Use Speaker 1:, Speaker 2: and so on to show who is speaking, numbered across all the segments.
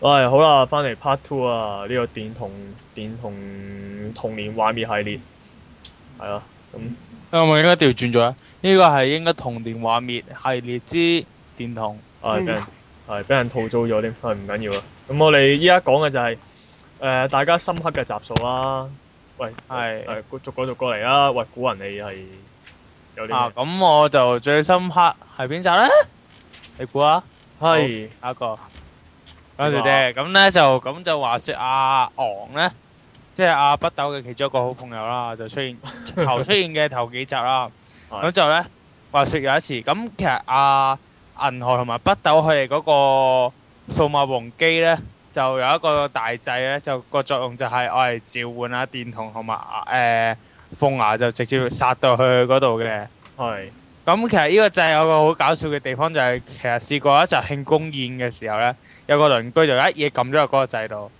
Speaker 1: 唉，好啦，翻嚟 part two 啊，呢、個電童電童童年畫面系列，係啦，咁
Speaker 2: 啊，我應該調轉咗啊！呢個係應該童年畫面系列之電童。
Speaker 1: 啊，俾人係俾人吐槽咗添，係唔緊要啊。咁我哋依家講嘅就係、呃大家深刻嘅集數啦。喂，
Speaker 2: 係
Speaker 1: 誒逐個逐個嚟啦。喂，古人你係有啲
Speaker 2: 啊，
Speaker 1: 咩
Speaker 2: 咁我就最深刻係邊集咧？你估啊？
Speaker 1: 係
Speaker 2: 下一個。跟住啫，咁咧就咁就話説阿昂咧，即係阿北斗嘅其中一個好朋友啦，就出現頭出現嘅頭幾集啦。
Speaker 1: 係
Speaker 2: 咁就咧話説有一次，咁其實阿銀河同埋北斗佢哋嗰個數碼王機咧，就有一個大掣咧，就個作用就係我嚟召喚啊電筒同埋誒鳳牙，就直接殺到去嗰度嘅。
Speaker 1: 係
Speaker 2: 咁其實呢個掣有個好搞笑嘅地方就係、其實試過一集慶功宴嘅時候咧，有個鄰居就一嘢撳咗入嗰個掣度，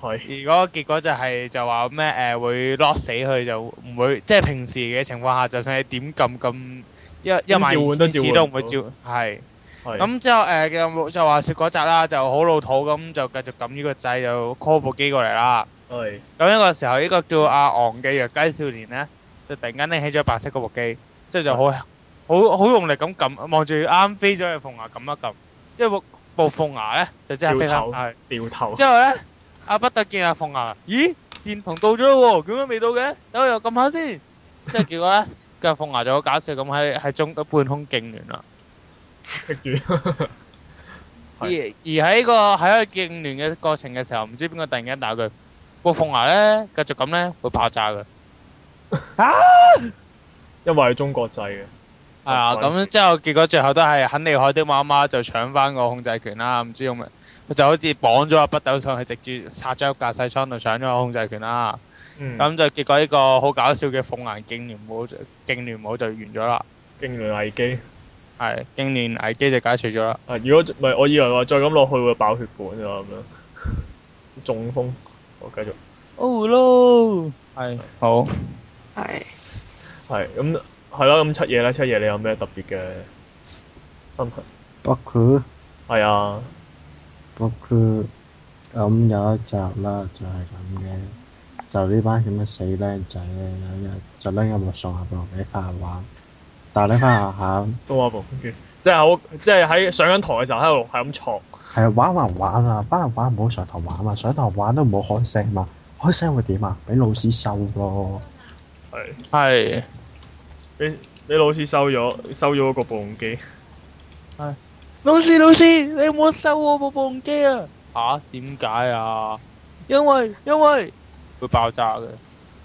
Speaker 1: 係
Speaker 2: 而嗰個結果就係、就話咩誒會 lock 死佢就唔會，即係平時嘅情況下，就算你點撳撳一一萬
Speaker 1: 召喚都召
Speaker 2: 二次
Speaker 1: 喚唔
Speaker 2: 都唔會
Speaker 1: 到
Speaker 2: 照係。
Speaker 1: 係
Speaker 2: 咁之後誒嘅就話説嗰集啦，就好老土咁就繼續撳呢個掣就 call 部機過嚟啦。
Speaker 1: 係
Speaker 2: 咁呢個時候，呢、個叫阿昂嘅弱雞少年咧，就突然間拎起咗白色嗰部機，之後就好好好用力咁撳，望住啱飛咗嘅鳳牙撳一撳，即係部部鳳牙咧就即刻飛
Speaker 1: 掉頭
Speaker 2: 翻係。
Speaker 1: 掉頭
Speaker 2: 之後咧，阿不特見阿鳳牙，咦，電筒到咗咯喎，點解未到嘅？等我又撳下先。之後結果咧，個鳳牙就好搞笑咁喺喺中半空痙攣啦。
Speaker 1: 棘住，
Speaker 2: 而而
Speaker 1: 係
Speaker 2: 喺呢個喺佢痙攣嘅過程嘅時候，唔知邊個突然間打佢，個鳳牙咧繼續咁咧會爆炸嘅。
Speaker 1: 因為係中國製嘅。
Speaker 2: 係啊，
Speaker 1: 嗰陣時
Speaker 2: 咁之後結果最後都係肯尼海啲媽媽就搶翻個控制權啦，唔知用咩，佢就好似綁咗阿北斗上去，直接殺咗入駕駛艙度搶咗個控制權啦。
Speaker 1: 嗯，
Speaker 2: 咁就結果呢個好搞笑嘅鳳眼痙攣舞就痙攣舞就完咗啦，
Speaker 1: 經聯危機。
Speaker 2: 係痙攣危機就解除咗啦。
Speaker 1: 啊！如果唔係，我以為話再咁落去會爆血管啊咁樣，中風。我繼續
Speaker 2: Oh no！係好，
Speaker 3: 係
Speaker 1: 係咁係啦，咁七夜咧，七夜你有咩特別嘅心痕？
Speaker 4: 不過-
Speaker 1: 係啊，
Speaker 4: 不過，咁有一集啦，就係咁嘅。就呢班咁嘅死僆仔呢，有一日就拎咗部數碼暴龍俾飯玩。但係呢，翻學校，係玩還玩啊，
Speaker 1: 蘇亞蓬跟住即係好，即係喺上緊堂嘅時候喺度係咁戳，
Speaker 4: 啊啊班人玩唔好上堂玩嘛，上堂玩都唔好開聲嘛，開聲會點啊？俾老師收咯。係啊，
Speaker 1: 係
Speaker 2: 係
Speaker 1: 俾俾老師收咗收咗個部動機，
Speaker 2: 老師老師，你有冇收我部部機啊？嚇點解啊？因為因為會爆炸嘅。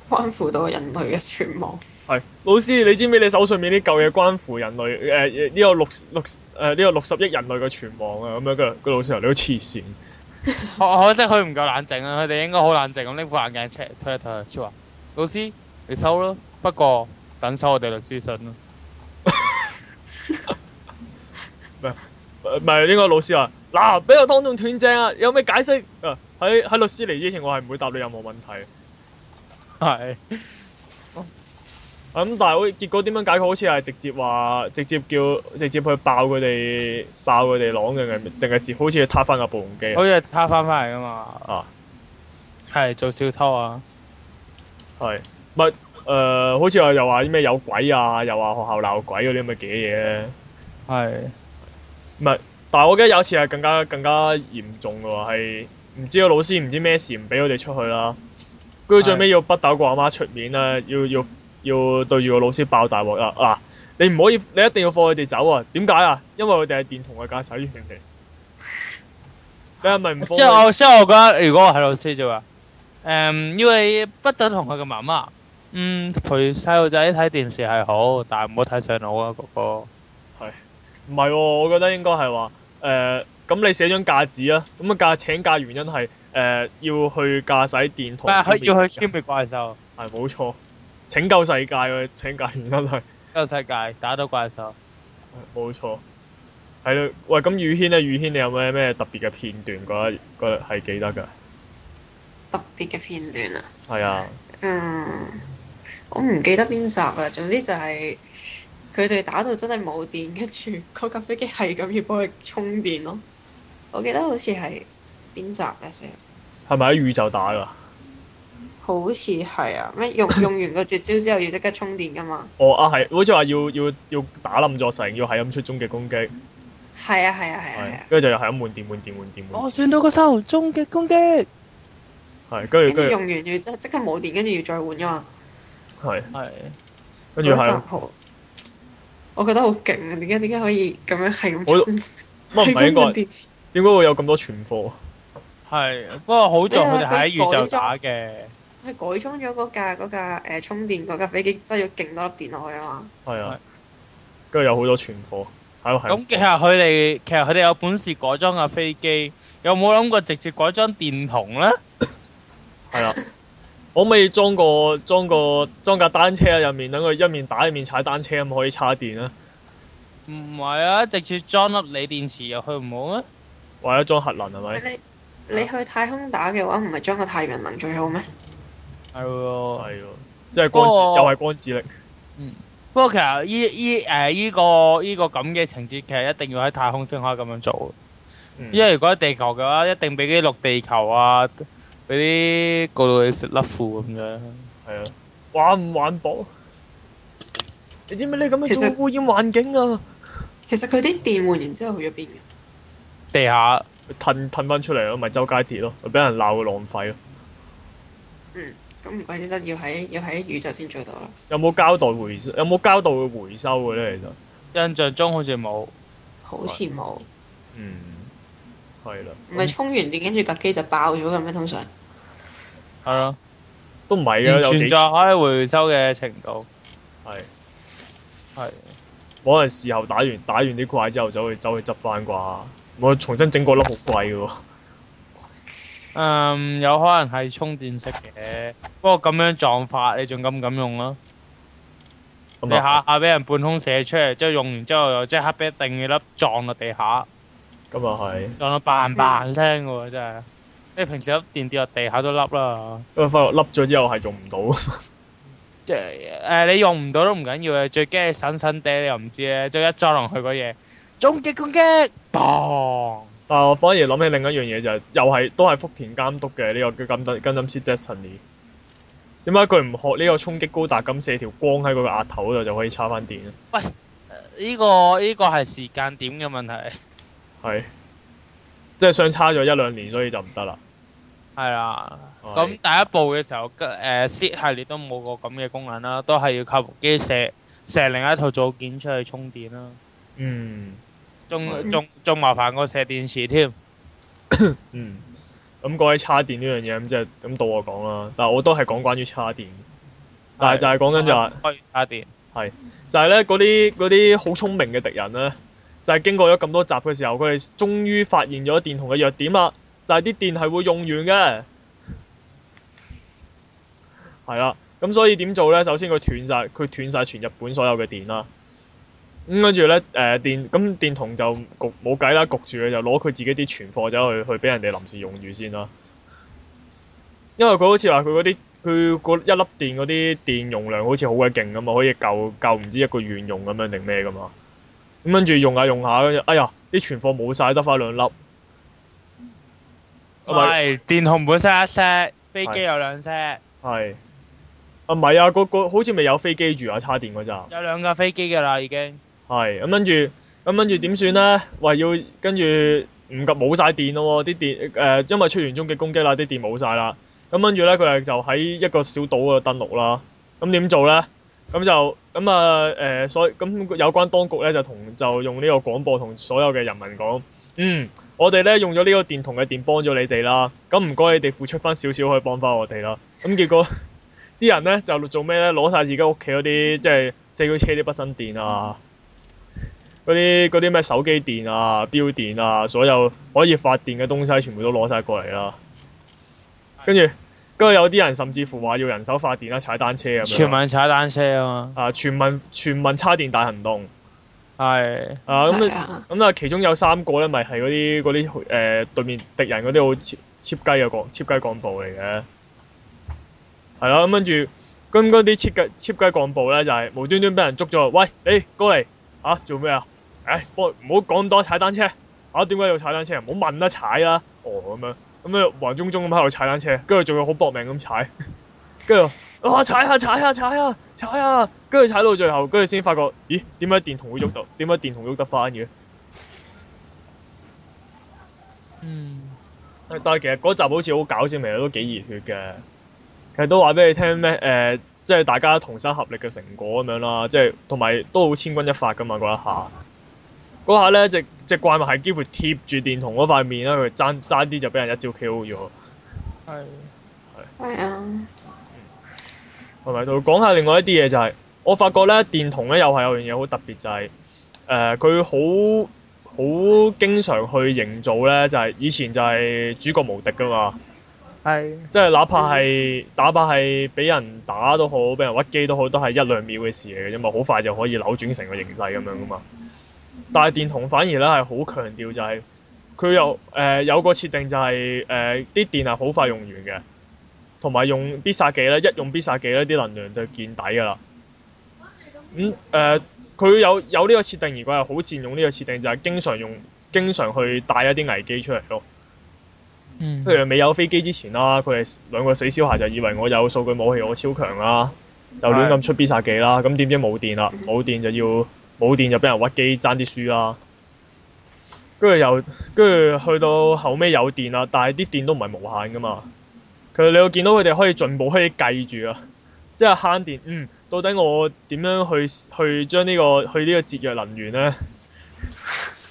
Speaker 3: 關乎到人類嘅存亡。
Speaker 1: 係老師你知唔知你手上面啲舊嘢關乎人類誒呢個六六誒呢個六十億人類嘅存亡啊咁樣，跟住個老師話你好黐線，
Speaker 2: 可可惜佢唔夠冷靜啊！佢哋應該好冷靜咁拎副眼鏡 check 推一推，佢話：老師，你收啦，不過等收我哋律師信啦。
Speaker 1: 唔係呢個老師話嗱俾我當眾斷正啊，有咩解釋啊？喺喺律師嚟之前，我係唔會答你任何問題。
Speaker 2: 係
Speaker 1: 咁但係好似結果點樣解決？好似係直接話，直接叫，直接去爆佢哋，爆佢哋朗嘅，定係接好似撻翻個暴龍機啊
Speaker 2: 好似他翻返嚟噶嘛？
Speaker 1: 啊，
Speaker 2: 係做小偷啊！
Speaker 1: 係咪誒？好似話又話啲咩有鬼啊，又話學校鬧鬼嗰啲咁嘅嘅嘢咧。
Speaker 2: 係
Speaker 1: 但係我記得有一次係更加更加嚴重嘅喎，係唔知個老師唔知咩事唔俾佢哋出去啦，跟住最尾要北斗個阿媽出面啦，要要要對住個老師爆大鑊啦！嗱、你唔可以，你一定要放佢哋走啊！點解啊？因為佢哋係電筒嘅駕駛員嚟。你係咪唔
Speaker 2: 即係我，即係我覺得，如果我係老師就話：誒，要你不等同佢嘅媽媽。嗯，陪細路仔睇電視係好，但係唔好睇上腦啊，哥哥。
Speaker 1: 唔係喎，我覺得應該係話誒，咁、你寫張假紙啊，咁啊假請假原因係誒、要去駕駛電
Speaker 2: 唔
Speaker 1: 筒
Speaker 2: 係，
Speaker 1: 消滅
Speaker 2: 佢
Speaker 1: 世界，
Speaker 2: 啊要去消滅怪獸，
Speaker 1: 係冇錯，拯救世界嘅請假原因係。
Speaker 2: 救世界，打到怪獸。
Speaker 1: 冇錯，係咯。喂，咁宇軒咧，宇軒你有咩咩特別嘅片段覺得覺得係記得㗎？
Speaker 3: 特別嘅片段啊，
Speaker 1: 係啊，
Speaker 3: 嗯，我唔記得邊集啦。總之就係佢哋打到真係冇電，跟住嗰架飛機係咁要幫佢充電咯。我記得好似係邊集咧先？
Speaker 1: 係咪喺宇宙打㗎？
Speaker 3: 好似係啊，咩 用用完個絕招之後要即刻充電噶嘛？
Speaker 1: 哦啊係，好似話要要要打冧咗成，要係咁出終極攻擊，
Speaker 3: 係啊係啊係啊係啊哦
Speaker 1: 係，跟住就又係咁換電換電換電換
Speaker 2: 我算到個收終極攻擊，
Speaker 1: 電，係跟住
Speaker 3: 跟住
Speaker 1: 跟住
Speaker 3: 用完要即即刻冇電，跟住要再換噶嘛？
Speaker 1: 係
Speaker 2: 係
Speaker 1: 跟住係
Speaker 3: 嗰
Speaker 1: 咁
Speaker 3: 集好，我覺得好勁啊！點解點解可以咁樣係咁
Speaker 1: 我
Speaker 3: 充？
Speaker 1: 乜唔係
Speaker 3: 係
Speaker 1: 應
Speaker 3: 咁換
Speaker 1: 該
Speaker 3: 電池
Speaker 1: 點解會有咁多存貨？
Speaker 2: 係，不過好在佢哋係喺宇
Speaker 3: 你話佢
Speaker 2: 宙
Speaker 3: 改咗
Speaker 2: 打嘅，
Speaker 3: 佢改裝咗嗰架嗰架誒充電嗰架飛機，擠咗勁多粒電落去啊嘛！
Speaker 1: 係啊
Speaker 2: 係，
Speaker 1: 跟住有好多存貨喺度係
Speaker 2: 咁其實佢哋其實佢哋有本事改裝架飛機，有冇諗過直接改裝電筒咧？
Speaker 1: 係啦。可唔可以裝個裝個裝架單車喺入面，等佢一面打一面踩單車咁可以叉電啊？
Speaker 2: 唔係啊，直接裝粒鋰電池入去唔好咩？
Speaker 1: 或者裝核能係啊咪？
Speaker 3: 你你去太空打嘅話，唔係將個太陽能最好咩？
Speaker 2: 係喎。
Speaker 1: 係喎，即係光子
Speaker 2: 嗰個
Speaker 1: 又係光子力，
Speaker 2: 不過其實依依誒依個依個咁嘅情節，其實一定要喺太空先可以咁樣做，
Speaker 1: 嗯
Speaker 2: 因為如果喺地球嘅話，一定俾啲陸地球啊，俾啲告到你食甩褲咁樣。
Speaker 1: 係啊，環唔環保？你知唔知你咁
Speaker 3: 其
Speaker 1: 樣
Speaker 3: 實
Speaker 1: 做污染環境啊？
Speaker 3: 其實佢啲電換完之後去咗邊嘅？
Speaker 2: 地下
Speaker 1: 褪褪翻出嚟咯，咪周街跌咯，咪俾人鬧浪費咯。
Speaker 3: 咁唔怪之得要喺要喺宇宙先做到啦。
Speaker 1: 有冇交代回收？有冇交代會回收嘅咧？其實，
Speaker 2: 印象中好似冇，
Speaker 3: 好似冇，
Speaker 1: 嗯，係啦，
Speaker 3: 唔係充完電跟住架機就爆咗嘅咩？通常
Speaker 2: 係咯，
Speaker 1: 都唔係嘅，
Speaker 2: 完
Speaker 1: 有
Speaker 2: 全
Speaker 1: 幾
Speaker 2: 在可以回收嘅程度，
Speaker 1: 係
Speaker 2: 係
Speaker 1: 可能事後打完打完啲怪之後走去走去執翻啩。我重新整過粒好貴嘅喎，
Speaker 2: 嗯有可能係充電式嘅，不過咁樣撞法你仲敢唔敢用啊？你
Speaker 1: 咁啊
Speaker 2: 下下俾人半空射出嚟，之後用完之後又即刻俾一定嘅粒撞落地下。
Speaker 1: 咁啊係，
Speaker 2: 撞到嘭嘭聲喎，真係！你平時粒電跌落地下都粒啦，
Speaker 1: 因為啊發覺笠咗之後係用唔到，
Speaker 2: 即係誒、你用唔到都唔緊要嘅，最驚你神神地你又唔知咧，就一撞落去嗰嘢，終極攻擊，砰！
Speaker 1: 但係我反而諗起另一樣嘢就係、又係都係福田監督嘅呢、個叫《金燈金金 Destiny》。點解佢唔學呢個衝擊高達咁射條光喺佢個額頭嗰度就可以插翻電咧？啊
Speaker 2: 呢、個呢、個係時間點嘅問題，
Speaker 1: 係，即係相差咗一兩年，所以就唔得啦。
Speaker 2: 係啊啦。咁
Speaker 1: 係
Speaker 2: 第一步嘅時候，誒、Seed 系列都冇個咁嘅功能啦，都係要靠部機射射另一套組件出去充電啦，
Speaker 1: 嗯
Speaker 2: 仲
Speaker 3: 嗯
Speaker 2: 仲仲麻煩過射電池添。
Speaker 1: 嗯，咁講起叉電呢樣嘢，咁即係咁到我講啦。但係我都係講關於叉電，但係就係講緊就係、
Speaker 2: 可以插電。
Speaker 1: 就係咧嗰啲嗰啲好聰明嘅敵人咧，就係、經過咗咁多集嘅時候，佢哋終於發現咗電筒嘅弱點啦，就係、啲電係會用完嘅。係啦，咁所以點做咧？首先佢斷晒，佢斷晒全日本所有嘅電啦。咁跟住咧，誒、電咁電筒就焗冇計啦，焗住佢就攞佢自己啲存貨走去去俾人哋臨時用住先啦。因為佢好似話佢嗰啲佢嗰一粒電嗰啲電容量好似好鬼勁咁啊，可以夠夠唔知一個月用咁樣定咩噶嘛。咁跟住用下用下，跟住哎呀啲存貨冇晒，得翻兩粒。
Speaker 2: 唔係電筒本身一 set，飛
Speaker 1: 係
Speaker 2: 機有兩 set，
Speaker 1: 係。啊唔係啊，嗰、個好似未有飛機住啊，叉電嗰陣。
Speaker 2: 有兩架飛機㗎啦已經。
Speaker 1: 係咁跟住，咁跟住點算咧？話要跟住唔及冇晒電咯喎，啲電誒、因為出完終極攻擊啦，啲電冇晒啦。咁跟住咧，佢哋就喺一個小島嗰度登陸啦。咁點做咧？咁就咁啊誒，所以咁有關當局咧就同就用呢個廣播同所有嘅人民講，嗯，我哋咧用咗呢個電筒嘅電幫咗你哋啦，咁唔該你哋付出翻少少可以幫翻我哋啦。咁結果 啲人咧就做咩咧？攞晒自己屋企嗰啲即係四驅車啲不生電啊！嗰啲嗰啲咩手機電啊、錶電啊，所有可以發電嘅東西全部都攞晒過嚟啦。跟住，跟住有啲人甚至乎話要人手發電啦，踩單車咁樣。
Speaker 2: 全民踩單車啊
Speaker 1: 啊！全民全民叉電大行動
Speaker 2: 嘛，係
Speaker 1: 啊！咁
Speaker 3: 係
Speaker 1: 啊
Speaker 3: 啊，
Speaker 1: 咁啊，其中有三個咧，咪係嗰啲嗰啲誒對面敵人嗰啲好切切雞嘅幹切雞幹部嚟嘅。係啦，咁跟住咁嗰啲切雞切雞幹部咧，就係、無端端俾人捉咗，喂，你、過嚟啊，做咩啊？誒、幫唔好講咁多踩單車，啊，點解要踩單車？唔好問啦，踩啦，哦咁樣，咁樣黃中中咁喺度踩單車，跟住仲要好搏命咁踩，跟住哇踩下踩下踩下踩下，跟住踩到最後，跟住先發覺，咦點解電筒會喐到？點解電筒喐得翻嘅？
Speaker 2: 嗯，
Speaker 1: 但係其實嗰集好似好搞笑，其實都幾熱血嘅。其實都話俾你聽咩誒、呃即係大家同心合力嘅成果咁樣啦，即係同埋都好千鈞一發噶嘛嗰一下。嗰下咧，只只怪物係幾乎貼住電筒嗰塊面啦，佢爭爭啲就俾人一招 kill 咗。
Speaker 2: 係。
Speaker 3: 係啊，
Speaker 1: 係咪？同佢講下另外一啲嘢就係、我發覺咧電筒咧又係有樣嘢好特別就係、誒佢好好經常去營造咧，就係、以前就係主角無敵噶嘛。
Speaker 2: 係
Speaker 1: 即係哪怕係哪怕係俾人打都好，俾人屈機都好，都係一兩秒嘅事嚟嘅啫嘛，好快就可以扭轉成個形勢咁樣噶嘛。但係電筒反而咧係好強調就係、佢有誒、呃有個設定就係誒啲電啊係好快用完嘅，同埋用必殺技咧，一用必殺技咧啲能量就見底㗎啦。咁誒佢有有呢個設定，而佢係好佔用呢個設定，就係、經常用經常去帶一啲危機出嚟咯。
Speaker 2: 嗯
Speaker 1: 譬如未有飛機之前啦，佢哋兩個死小孩就以為我有數據武器，我超強啦，就亂咁出必殺技啦。咁點知冇電啦，冇電就要冇電就俾人屈機爭啲輸啦。跟住又跟住去到後尾有電啦，但係啲電都唔係無限噶嘛。佢你會見到佢哋可以進步，可以計住啊，即係慳電。嗯，到底我點樣去去將呢、個去呢個節約能源咧？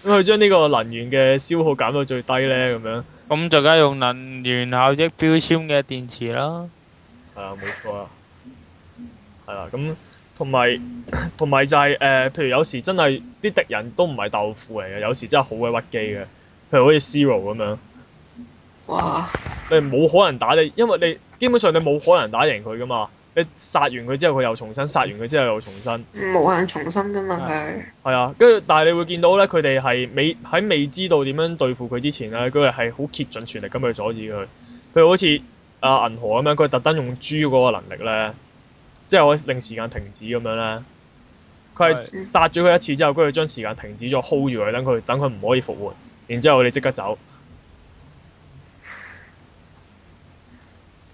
Speaker 1: 咁去將呢個能源嘅消耗減到最低咧，咁樣。
Speaker 2: 咁就梗係用能源效益標籤嘅電池啦。
Speaker 1: 係啊，冇錯啊。係啦，咁同埋 同埋就係、呃譬如有時真係啲敵人都唔係豆腐嚟嘅，有時真係好鬼屈機嘅。譬如好似 Zero 咁樣，
Speaker 3: 哇！
Speaker 1: 你冇可能打你，因為你基本上你冇可能打贏佢噶嘛。你殺完佢之後，佢又重新；殺完佢之後又重新。
Speaker 3: 無限重生噶嘛佢，
Speaker 1: 係啊，跟住但係你會見到咧，佢哋係未喺未知道點樣對付佢之前咧，佢哋係好竭盡全力咁去阻止佢。譬如好似啊銀河咁樣，佢特登用豬嗰個能力咧，即係我令時間停止咁樣咧。佢係
Speaker 3: 係
Speaker 1: 殺咗佢一次之後，跟住將時間停止咗，hold 住佢，等佢等佢唔可以復活，然之後你即刻走。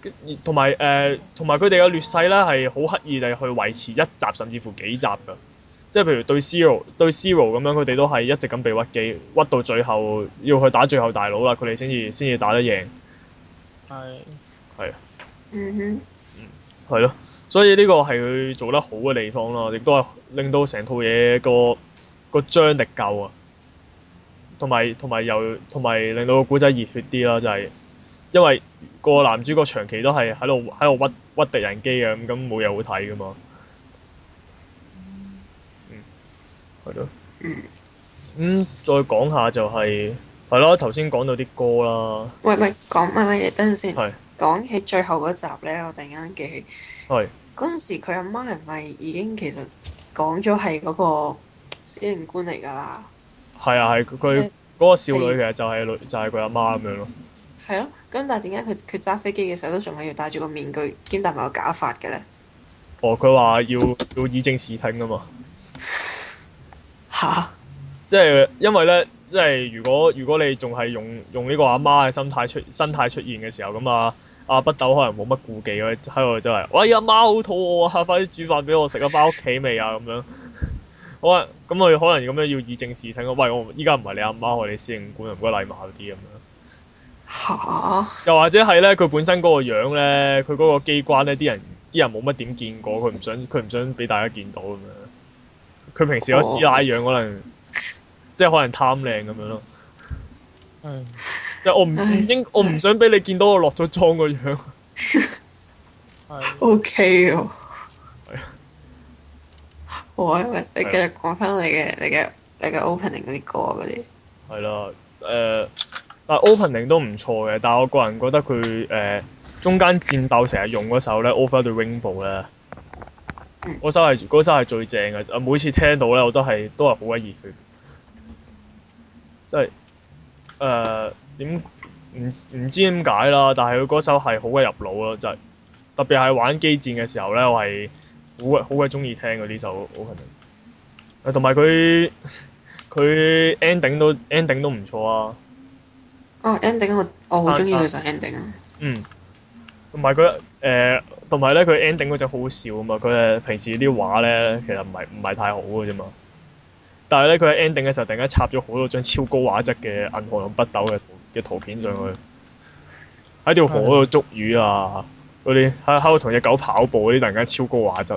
Speaker 1: 跟同埋誒，同埋佢哋嘅劣勢咧係好刻意地去維持一集甚至乎幾集㗎。即係譬如對 Zero 對 Zero 咁樣，佢哋都係一直咁被屈機，屈到最後要去打最後大佬啦，佢哋先至先至打得贏，
Speaker 2: 係。
Speaker 3: 嗯
Speaker 1: 係咯。所以呢個係佢做得好嘅地方咯，亦都係令到成套嘢個個張力夠啊，同埋同埋又同埋令到個古仔熱血啲啦，就係、因為個男主角長期都係喺度喺度屈屈敵人機嘅，咁咁冇嘢好睇噶嘛。嗯，係咯。咁、
Speaker 3: 嗯
Speaker 1: 再講下就係係咯，頭先講到啲歌啦，
Speaker 3: 哼，喂喂，講喂喂，等陣先
Speaker 1: 係。
Speaker 3: 講起最後嗰集咧，我突然間記起
Speaker 1: 係
Speaker 3: 嗰陣時佢阿媽係咪已經其實講咗係嗰個司令官嚟㗎啦？
Speaker 1: 係啊係
Speaker 3: 即
Speaker 1: 佢
Speaker 3: 係
Speaker 1: 嗰個少女其實就係女就係佢阿媽咁樣咯，
Speaker 3: 係咯，咁但係點解佢佢揸飛機嘅時候都仲係要戴住個面具兼戴埋個假髮嘅咧？
Speaker 1: 哦佢話要要以正視聽啊嘛，
Speaker 3: 吓？
Speaker 1: 即係因為咧即係如果如果你仲係用用呢個阿媽嘅心態出心態出現嘅時候咁啊。阿北斗可能冇乜顧忌嘅，喺度真係，喂阿媽好肚餓啊，快啲煮飯俾我食啊，翻屋企未啊咁樣。 好啊，咁佢可能咁樣要以正視聽咯。喂，我依家唔係你阿媽，我係你司令官，唔該禮貌啲咁樣。
Speaker 3: 吓？
Speaker 1: 又或者係咧，佢本身嗰個樣咧，佢嗰個機關咧，啲人啲人冇乜點見過，佢唔想佢唔想俾大家見到咁樣。佢平時有師奶樣，可能即係可能貪靚咁樣咯。
Speaker 2: 係。
Speaker 1: 即係我唔唔應我唔想俾你見到我落咗妝個樣。
Speaker 2: 係。
Speaker 3: O K 喎
Speaker 1: 係，
Speaker 3: 好啊！喂你繼續講翻你嘅你嘅你嘅 opening 嗰啲歌嗰啲，
Speaker 1: 係啦，誒、但係 opening 都唔錯嘅，但係我個人覺得佢誒、中間戰鬥成日用嗰首咧 Over the Rainbow 咧，
Speaker 3: 嗯
Speaker 1: 嗰首係嗰首係最正嘅，啊每次聽到咧我都係都係好鬼熱血，即係誒點唔唔知點解啦，但係佢嗰首係好鬼入腦咯，就係、特別係玩機戰嘅時候咧，我係好鬼好鬼中意聽佢呢首 opening，誒同埋佢。佢 ending 都 ending 都唔錯啊！
Speaker 3: 哦 ending 我我好中意佢就 ending 啊，
Speaker 1: 嗯，同埋佢誒，同埋咧佢 ending 嗰隻好好笑啊嘛！佢誒平時啲畫咧，其實唔係唔係太好嘅啫嘛。但係咧，佢喺 ending 嘅時候突然間插咗好多張超高畫質嘅銀河同北斗嘅圖嘅圖片上去，喺條河嗰度捉魚啊，嗰啲喺喺度同只狗跑步嗰啲，突然間超高畫質。係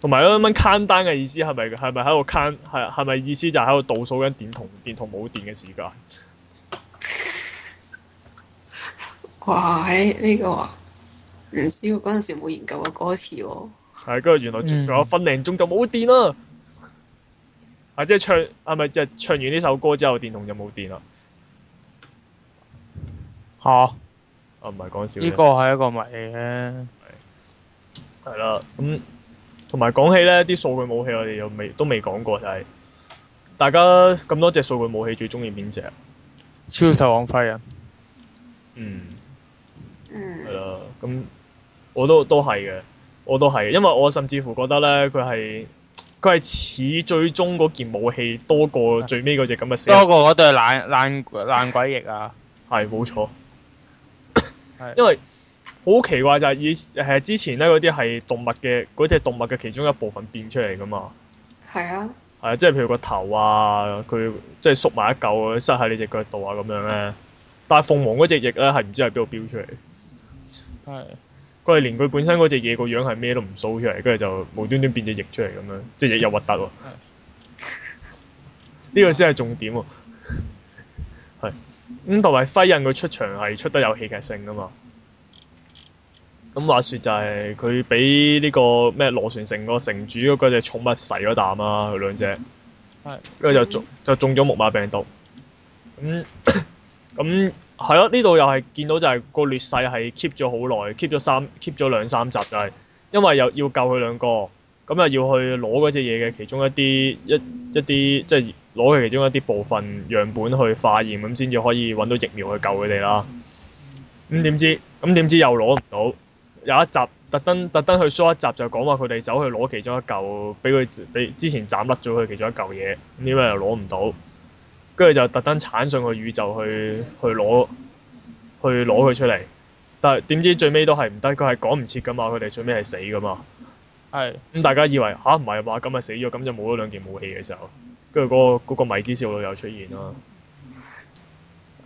Speaker 1: 同埋咧，咁樣 count down 嘅意思係咪係咪喺度 count 係係咪意思就係喺度倒數緊電筒電筒冇電嘅時間？
Speaker 3: 哇喺呢個啊，唔知喎嗰陣時冇研究過歌詞喎，
Speaker 1: 係，跟住原來仲
Speaker 2: 嗯
Speaker 1: 仲有分零鐘就冇電啦。啊，即係唱係咪即係唱完呢首歌之後，電筒就冇電啦？
Speaker 2: 嚇，
Speaker 1: 啊，唔係講笑啫。
Speaker 2: 呢個係一個謎嚟嘅。
Speaker 1: 係啦，咁同埋講起咧，啲數據武器我哋又未都未講過，就係大家咁多隻數據武器最中意邊隻？啊
Speaker 2: 超獸王廢人，
Speaker 1: 嗯，係
Speaker 3: 嗯
Speaker 1: 啦，咁我都都係嘅，我都係，因為我甚至乎覺得咧，佢係佢係似最終嗰件武器多
Speaker 2: 啊
Speaker 1: 過最尾嗰隻咁嘅死人
Speaker 2: 多過嗰對爛爛爛鬼翼啊！
Speaker 1: 係冇錯
Speaker 2: 係，
Speaker 1: 因為好奇怪就係以誒之前咧嗰啲係動物嘅嗰只動物嘅其中一部分變出嚟噶嘛，
Speaker 3: 係啊，
Speaker 1: 係啊即係譬如個頭啊，佢即係縮埋一嚿，塞喺你只腳度啊咁樣咧。但係鳳凰嗰隻翼咧係唔知喺邊度飆出嚟，
Speaker 2: 係
Speaker 1: 佢係連佢本身嗰隻嘢個樣係咩都唔 show 出嚟，跟住就無端端變隻翼出嚟咁樣，即係翼又核突喎。呢個先係重點喎。係咁，同埋輝印佢出場係出得有戲劇性噶嘛。咁話說就係佢俾呢個咩螺旋城個城主嗰隻寵物噬咗啖啊啦，佢兩隻
Speaker 2: 係，
Speaker 1: 跟住就中就中咗木馬病毒。咁 咁係咯，呢度又係見到就係個劣勢係 keep 咗好耐，keep 咗三 keep 咗兩三集就係、因為又要救佢兩個，咁又要去攞嗰隻嘢嘅其中一啲一一啲即係攞佢其中一啲部分樣本去化驗，咁先至可以揾到疫苗去救佢哋啦。咁點知咁點知又攞唔到，有一集特登特登去 show 一集就講話佢哋走去攞其中一嚿，俾佢俾之前斬甩咗佢其中一嚿嘢，咁點解又攞唔到？跟住就特登鏟上個宇宙去去攞去攞佢出嚟，但係點知最尾都係唔得，佢係趕唔切噶嘛，佢哋最尾係死噶嘛。
Speaker 2: 係
Speaker 1: 咁大家以為吓唔係嘛，咁咪死咗，咁就冇咗兩件武器嘅時候，跟住嗰個嗰個米之少女又出現啦。啊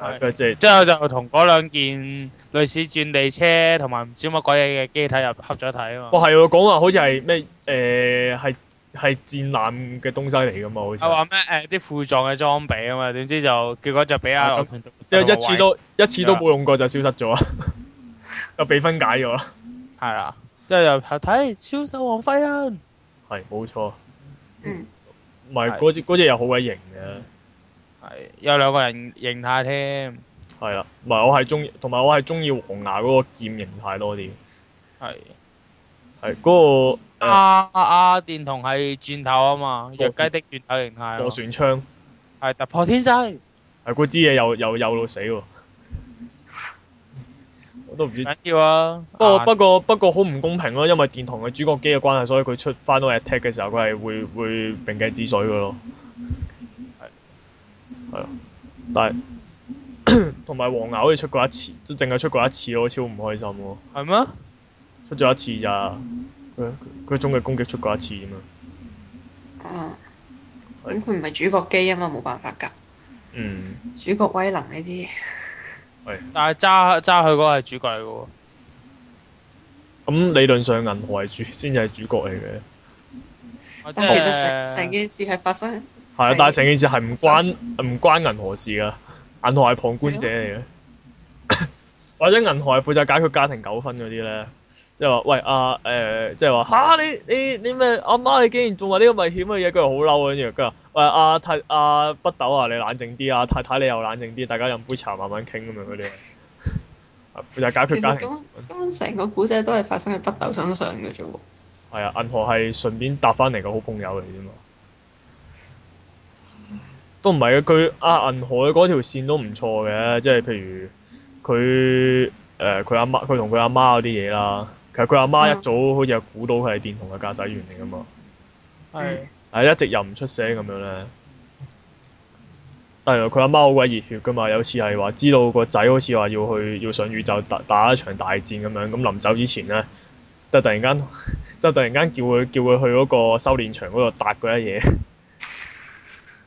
Speaker 2: 係
Speaker 1: 跟住即係
Speaker 2: 之後就同嗰兩件類似轉地車同埋唔知乜鬼嘢嘅機體入合咗體啊嘛
Speaker 1: 哇，。係喎，講話好似係咩誒係係戰艦嘅東西嚟噶嘛，好似
Speaker 2: 我。話咩誒啲副狀嘅裝備啊嘛，點知就結果就俾阿
Speaker 1: 啊咁
Speaker 2: 羅盤
Speaker 1: 因為一次都一次都冇用過就消失咗 啊，就被分解咗啦。
Speaker 2: 係啦，之後就睇超手王輝恩
Speaker 1: 係冇錯，
Speaker 3: 嗯
Speaker 1: 唔係
Speaker 2: 係
Speaker 1: 嗰只嗰只又好鬼型嘅。
Speaker 2: 係有兩個人形態添，
Speaker 1: 係啦，唔係我係中意，同埋我係中意黃牙嗰個劍形態多啲。
Speaker 2: 係
Speaker 1: 係嗰、個誒
Speaker 2: 啊啊電筒係轉頭啊嘛，弱雞的轉頭形態啊
Speaker 1: 螺
Speaker 2: 嘛，
Speaker 1: 旋槍，
Speaker 2: 係突破天際，
Speaker 1: 係啊嗰支嘢又又幼到死喎，我都唔知。
Speaker 2: 緊要啊！
Speaker 1: 不過
Speaker 2: 啊
Speaker 1: 不過不過好唔公平咯，因為電同嘅主角機嘅關係，所以佢出翻到 attack 嘅時候，佢係會會並計止水嘅咯。係係啊，但係 同埋黃牙好似出過一次，即係淨係出過一次咯，超唔開心咯。
Speaker 2: 係咩？
Speaker 1: 出咗一次咋，佢佢中嘅攻擊出過一次咁樣。
Speaker 3: 啊，咁佢唔係主角機啊嘛，冇辦法㗎，
Speaker 1: 嗯，
Speaker 3: 主角威能呢啲，
Speaker 2: 但係揸揸佢嗰個係主角嚟嘅喎，
Speaker 1: 咁理論上銀河係主先至係主角嚟嘅，
Speaker 2: 我即
Speaker 3: 但其實成成
Speaker 2: 係
Speaker 3: 件事係發生
Speaker 1: 係啊
Speaker 3: 係，
Speaker 1: 但係成件事係唔關唔關銀河事噶，銀河係旁觀者嚟嘅， 或者銀河係負責解決家庭糾紛嗰啲咧，即係話喂啊誒，即係話吓你你你咩阿媽你竟然做埋呢個危險嘅嘢，佢又好嬲跟住跟住喂阿太阿北斗啊，你冷靜啲啊，太太你又冷靜啲，大家飲杯茶慢慢傾咁樣嗰 啲，啊負責解
Speaker 3: 其
Speaker 1: 決家
Speaker 3: 實
Speaker 1: 庭
Speaker 3: 咁咁成個古仔都係發生喺北斗身上嘅啫喎。
Speaker 1: 係啊，銀河係順便搭翻嚟個好朋友嚟啫嘛。都唔係嘅，佢啊銀河嘅嗰條線都唔錯嘅，即係譬如佢誒佢阿媽佢同佢阿媽嗰啲嘢啦。其實佢阿媽一早好似係估到佢係電筒嘅駕駛員嚟噶嘛，
Speaker 2: 係
Speaker 1: 係一直又唔出聲咁樣咧。但原來佢阿媽好鬼熱血噶嘛，有次係話知道個仔好似話要去要上宇宙打打一場大戰咁樣，咁臨走之前咧，就突然間 就突然間叫佢叫佢去嗰個修練場嗰度搭佢一嘢，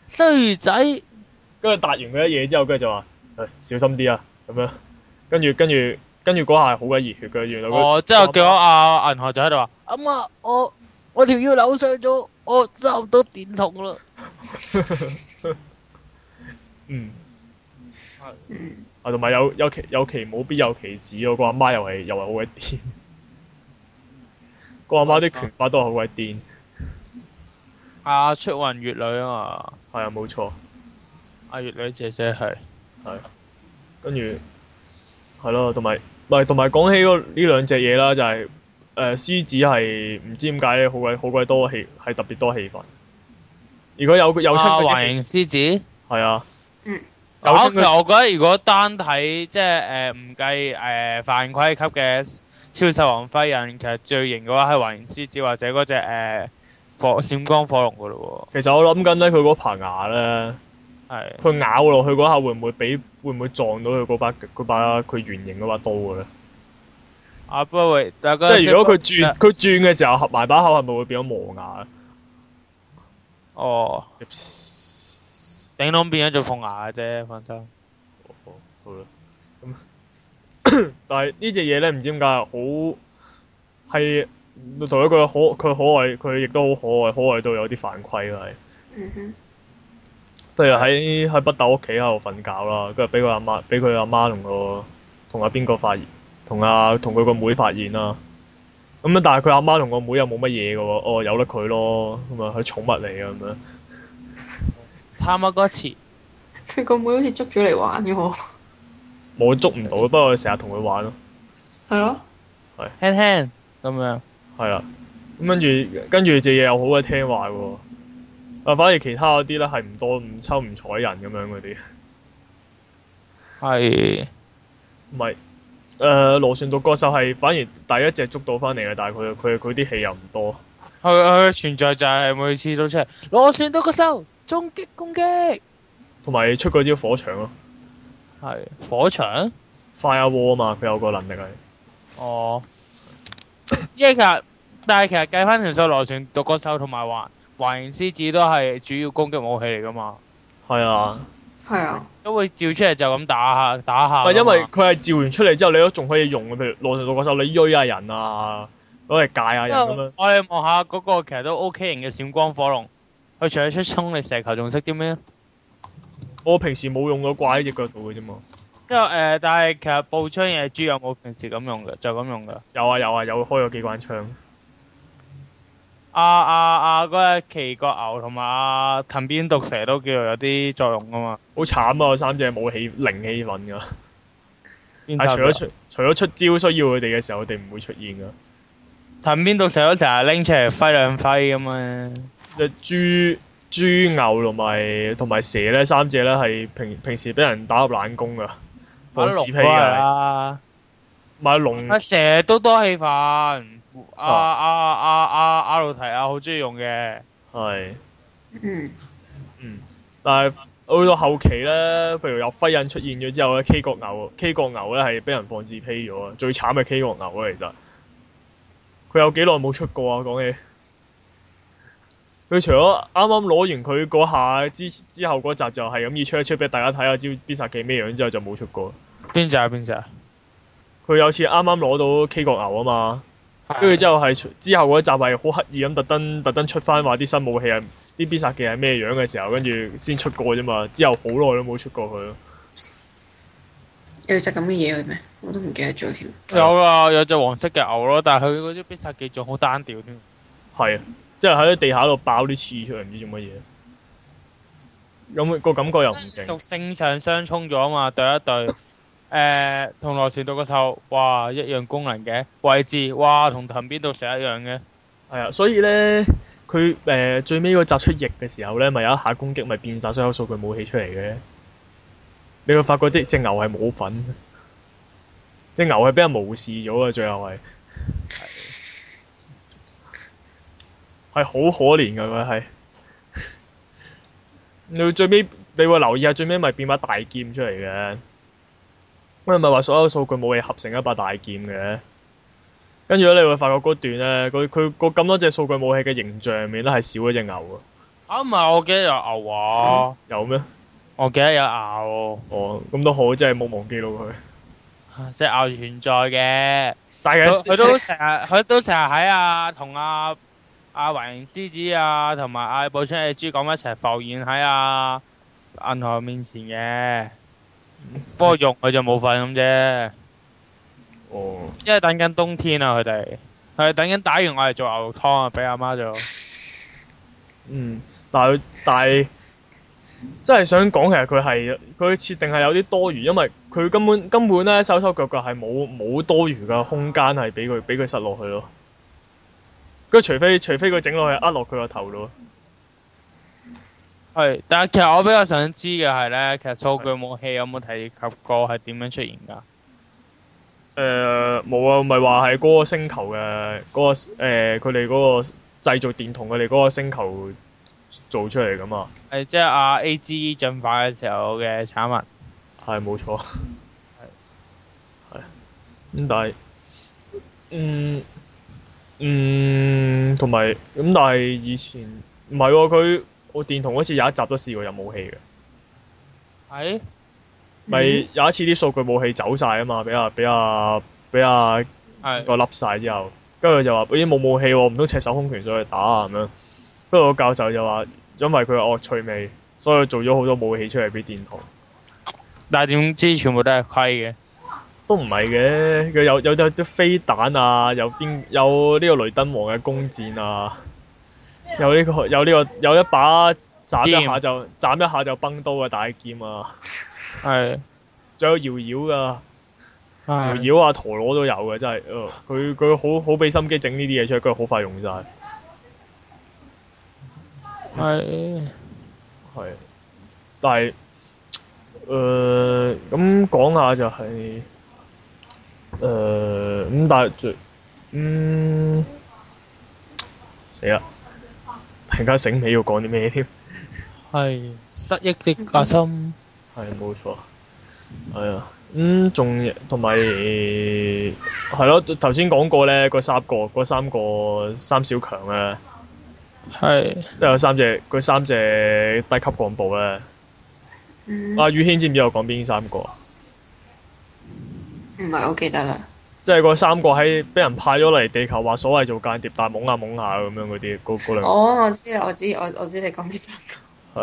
Speaker 2: 衰仔，
Speaker 1: 跟住搭完佢一嘢之後，跟住就話：，誒小心啲啊，咁樣。跟住跟住跟住嗰下係好鬼熱血嘅，原來佢
Speaker 2: 我之後叫咗阿銀河就喺度話：阿媽，我我條腰扭傷咗，我揸唔到電筒啦。
Speaker 1: 嗯。
Speaker 3: 嗯，
Speaker 1: 啊，同埋有有其有其母必有其子咯，個阿媽又係又係好鬼癲，個阿媽啲拳法都係好鬼癲，
Speaker 2: 阿出雲月女啊嘛，
Speaker 1: 係啊冇錯，
Speaker 2: 阿月女姐姐係
Speaker 1: 跟住係咯，同埋唔係同埋講起嗰呢兩隻嘢啦，就係、誒、獅子係唔知點解好鬼好鬼多氣，係特別多氣氛。如果有有
Speaker 2: 阿
Speaker 1: 親佢
Speaker 2: 華
Speaker 1: 啲氣，
Speaker 2: 形獅子。
Speaker 1: 係啊，有
Speaker 2: 啊
Speaker 1: 親
Speaker 2: 其實我覺得如果單睇即係誒唔計誒犯規級嘅超獸王輝人，其實最型嘅話係華形獅子或者嗰只誒火閃光火龍噶咯
Speaker 1: 其實我諗緊咧，佢嗰排牙咧，
Speaker 2: 喎，係
Speaker 1: 佢咬落去嗰下會唔會俾會唔會撞到佢嗰把嗰把佢圓形嗰把刀嘅咧？
Speaker 2: 啊不過喂，但係
Speaker 1: 即係如果佢轉佢轉嘅時候合埋把口，係咪會變咗磨牙
Speaker 2: 哦，
Speaker 1: 好
Speaker 2: 頂籠變咗做鳳牙嘅啫，放心。
Speaker 1: 啦，咁 但係呢只嘢咧，唔知點解好係同一句可佢可愛，佢亦都好可愛，可愛到有啲犯規啦。係
Speaker 3: 嗯哼，
Speaker 1: 譬如喺喺北斗屋企喺度瞓覺啦，跟住俾佢阿媽俾佢阿媽同個同阿邊個發現，同阿同佢個妹發現啦。咁樣但係佢阿媽同個妹又冇乜嘢嘅喎，哦由得佢咯，咁啊佢寵物嚟嘅咁樣。
Speaker 2: 探乜嗰次
Speaker 3: 佢個妹好似捉咗嚟玩嘅喎，
Speaker 1: 冇捉唔到，不過成日同佢玩咯，
Speaker 3: 係咯，
Speaker 2: 輕輕咁樣，
Speaker 1: 係啦。咁跟住跟住隻嘢又好鬼聽話喎，啊反而其他嗰啲咧係唔多唔抽唔睬人咁樣嗰啲，
Speaker 2: 係
Speaker 1: 唔係誒螺旋獨角獸係反而第一隻捉到翻嚟嘅，但係佢佢佢啲氣又唔多，
Speaker 2: 佢佢嘅存在就係每次都出嚟攞算到個手，終擊攻擊，
Speaker 1: 同埋出嗰招火牆咯，
Speaker 2: 係火場。
Speaker 1: 快阿窩啊嘛，佢有個能力係
Speaker 2: 哦，因為其實但係其實計翻條數，螺旋獨角獸同埋環環形獅子都係主要攻擊武器嚟噶嘛，
Speaker 1: 係啊，
Speaker 3: 係啊，
Speaker 2: 都會照出嚟就咁打下打下
Speaker 1: 唔
Speaker 2: 㗎
Speaker 1: 係
Speaker 2: 嘛。
Speaker 1: 啊因為佢係召完出嚟之後，你都仲可以用嘅，譬如螺旋獨角獸你鋥下人啊，攞嚟戒下人咁樣，
Speaker 2: 我哋望下嗰個其實都 O K 型嘅閃光火龍，佢除咗出衝力射球，仲識啲咩？
Speaker 1: 我平時冇用過掛喺只腳度嘅啫嘛。
Speaker 2: 因為誒、呃但係其實步槍野豬有冇平時咁用嘅？就咁用嘅。
Speaker 1: 有啊有啊有開咗機關槍，
Speaker 2: 啊啊啊！嗰、啊、只奇角牛同埋啊藤邊毒蛇都叫做有啲作用噶嘛。
Speaker 1: 好慘啊！三隻冇氣零氣氛㗎，
Speaker 2: 邊
Speaker 1: 但
Speaker 2: 啊
Speaker 1: 係除
Speaker 2: 手
Speaker 1: 咗出除咗出招需要佢哋嘅時候，佢哋唔會出現㗎。
Speaker 2: 藤邊度成日都成日拎出嚟揮兩揮咁啊！
Speaker 1: 只豬豬牛同埋同埋蛇咧，三隻咧係平平時俾人打入冷宮㗎，
Speaker 2: 打
Speaker 1: 放紙
Speaker 2: 龍
Speaker 1: 皮
Speaker 2: 都係
Speaker 1: 㗎，
Speaker 2: 啦，
Speaker 1: 買龍
Speaker 2: 阿啊蛇都多氣氛，啊阿阿阿阿啊阿魯提亞好中意用嘅，
Speaker 1: 係，
Speaker 3: 嗯，
Speaker 1: 但係去到後期咧，譬如有輝印出現咗之後咧，K 國牛 K 國牛咧係俾人放紙皮咗啊！最慘係 K 國牛啊，其實佢有幾耐冇出過啊？講起佢除咗啱啱攞完佢嗰下之之後嗰集就係咁以出一出俾大家睇下招必殺技咩樣之後就冇出過。
Speaker 2: 邊隻啊邊隻啊？
Speaker 1: 佢有次啱啱攞到 K 國牛啊嘛，跟住之後係之後嗰集係好刻意咁特登特登出翻話啲新武器係啲必殺技係咩樣嘅時候，跟住先出過啫嘛。之後好耐都冇出過佢咯。
Speaker 3: 有隻咁嘅嘢嘅咩？我都唔記得咗添。
Speaker 2: 有啊，有隻黃色嘅牛咯，但係佢嗰啲必殺技仲好單調添。
Speaker 1: 係啊，即係喺地下度爆啲刺出嚟，唔知做乜嘢。咁個感覺又唔勁，
Speaker 2: 屬性上相衝咗啊嘛，對一對。誒，同螺旋獨角獸，哇，一樣功能嘅位置，哇，同藤邊度蛇一樣嘅，
Speaker 1: 係啊，所以咧，佢誒、呃最尾嗰集出翼嘅時候咧，咪有一下攻擊，咪變晒所有數據武器出嚟嘅。你會發覺啲只牛係冇份，只牛係俾人無視咗啊！最後係係好可憐㗎佢係。你到最尾你會留意下最尾咪變把大劍出嚟嘅，咁咪話所有數據武器合成一把大劍嘅。跟住咧，你會發覺嗰段咧，佢佢佢咁多隻數據武器嘅形象入面咧係少咗只牛啊，
Speaker 2: 啊唔係，我記得有牛啊，
Speaker 1: 有咩？
Speaker 2: 我記得有牛，
Speaker 1: 哦，咁都好，真係冇忘記到佢。
Speaker 2: 即係牛存在嘅。
Speaker 1: 但係
Speaker 2: 佢佢都成日佢都成日喺啊同阿阿華盈獅子啊同埋阿寶春野豬咁一齊浮現喺啊銀河面前嘅，不過用佢就冇份咁啫，
Speaker 1: 哦，
Speaker 2: 因為等緊冬天啊佢哋，佢哋等緊打完我哋做牛肉湯啊俾阿媽做，
Speaker 1: 嗯，但係但係真係想講，其實佢係佢設定係有啲多餘，因為佢根本根本咧手手腳腳係冇冇多餘嘅空間係俾佢俾佢塞落去咯。跟住除非除非佢整落去呃落佢個頭度，
Speaker 2: 係，但係其實我比較想知嘅係咧，其實數據武器有冇提及過係點樣出現㗎？
Speaker 1: 誒冇啊，咪話係嗰個星球嘅嗰、個呃誒佢哋嗰個製造電筒，佢哋嗰個星球做出嚟噶嘛，
Speaker 2: 係即係阿 A G 進化嘅時候嘅產物。
Speaker 1: 係冇錯，係咁，但係嗯嗯，同埋咁，但係以前唔係喎，佢我電筒好似有一集都試過有武器嘅，
Speaker 2: 係
Speaker 1: 咪、有一次啲數據武器走晒啊嘛，俾阿俾阿俾阿
Speaker 2: 係
Speaker 1: 個笠晒之後，跟住就話咦冇武器喎，唔通赤手空拳上去打啊咁樣。跟住個教授就話，因為佢有惡趣味，所以做咗好多武器出嚟俾電筒。
Speaker 2: 但係點知全部都係虧嘅。
Speaker 1: 都唔係嘅，佢有有有啲飛彈啊，有邊有呢個雷登王嘅弓箭啊，有呢、個有呢、個有一把斬一下就斬一下就崩刀嘅大劍啊，
Speaker 2: 係
Speaker 1: 仲有搖搖噶，搖
Speaker 2: 係
Speaker 1: 搖啊陀螺都有嘅，真係，呃佢佢好好俾心機整呢啲嘢出嚟，佢好快用晒。
Speaker 2: 係
Speaker 1: 係，但係誒咁講下就係誒咁，但係最嗯死啦！突然間醒起要講啲咩添？
Speaker 2: 係失憶的阿心
Speaker 1: 係冇錯，係啊。咁仲有同埋係咯，頭先講過咧，嗰三個嗰三個三小強咧，
Speaker 2: 係
Speaker 1: 即係有三隻嗰三隻低級幹部咧。
Speaker 3: 嗯
Speaker 1: 阿宇軒知唔知我講邊三個啊？
Speaker 3: 唔係我記得啦。
Speaker 1: 即係嗰三個喺俾人派咗嚟地球，話所謂做間諜，但係懵下懵下咁樣嗰啲，嗰嗰兩
Speaker 3: 哦，我知啦，我知，我我知你講邊三個。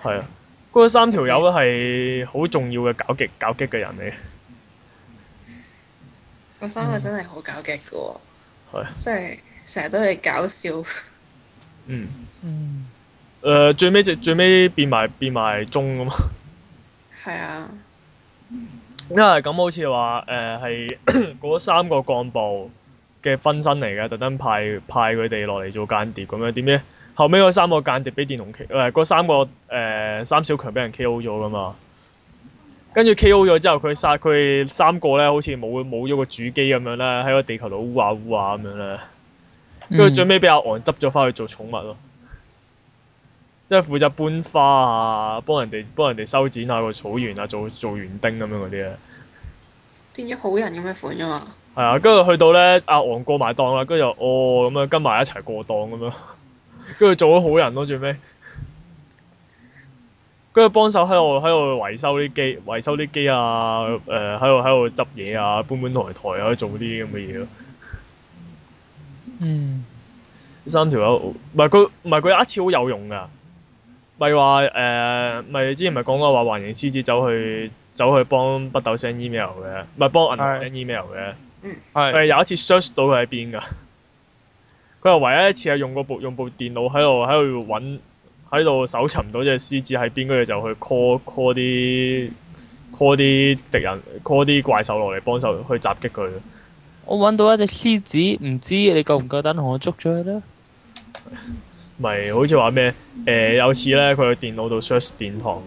Speaker 1: 係啊，嗰三條友係好重要嘅搞極搞激嘅人嚟嘅，
Speaker 3: 嗰三個真係好搞激嘅喎，
Speaker 1: 係
Speaker 3: 即係成日都係搞笑。
Speaker 1: 嗯，
Speaker 2: 嗯
Speaker 1: 誒、最尾就最尾變埋變埋中咁嘛，
Speaker 3: 係啊，
Speaker 1: 因為咁好似話誒係 嗰三個幹部嘅分身嚟嘅，特登派派佢哋落嚟做間諜咁樣，點知後尾嗰三個間諜俾電龍 K 誒嗰三個誒、三小強俾人 K.O. 咗噶嘛，跟住 K.O. 咗之後，佢殺佢三個咧，好似冇冇咗個主機咁樣咧，喺個地球度烏啊烏啊咁樣咧，跟住最尾俾阿昂執咗翻去做寵物咯，即係負責搬花啊，幫人哋幫人哋修剪下個草原啊，做做園丁咁樣嗰啲啊咧。
Speaker 3: 變咗好人咁嘅款啫嘛。
Speaker 1: 係啊，跟住去到咧，阿昂過埋檔啦，跟住就哦咁樣跟埋一齊過檔咁樣， 跟住做咗好人咯，最尾。跟住幫手喺度喺度維修啲機，維修啲機啊，誒喺度喺度執嘢啊，搬搬台台啊，做啲咁嘅嘢咯。
Speaker 2: 嗯
Speaker 1: 三條友唔係佢唔係佢有一次好有用㗎，咪話誒咪之前咪講過話環形獅子走去走去幫北斗 send email 嘅，唔係幫銀河
Speaker 2: 係
Speaker 1: send email 嘅。
Speaker 2: 係
Speaker 1: 佢有一次 search 到佢喺邊㗎。佢係唯一一次係用個部用部電腦喺度喺度揾喺度搜尋到只獅子喺邊，跟住就去 call call 啲 call 啲敵人 call 啲怪獸落嚟幫手去襲擊佢。
Speaker 2: 我揾到一隻獅子，唔知你夠唔夠膽同我捉咗佢咧？
Speaker 1: 咪好似話咩？誒、有次咧，佢去電腦度 search 電筒，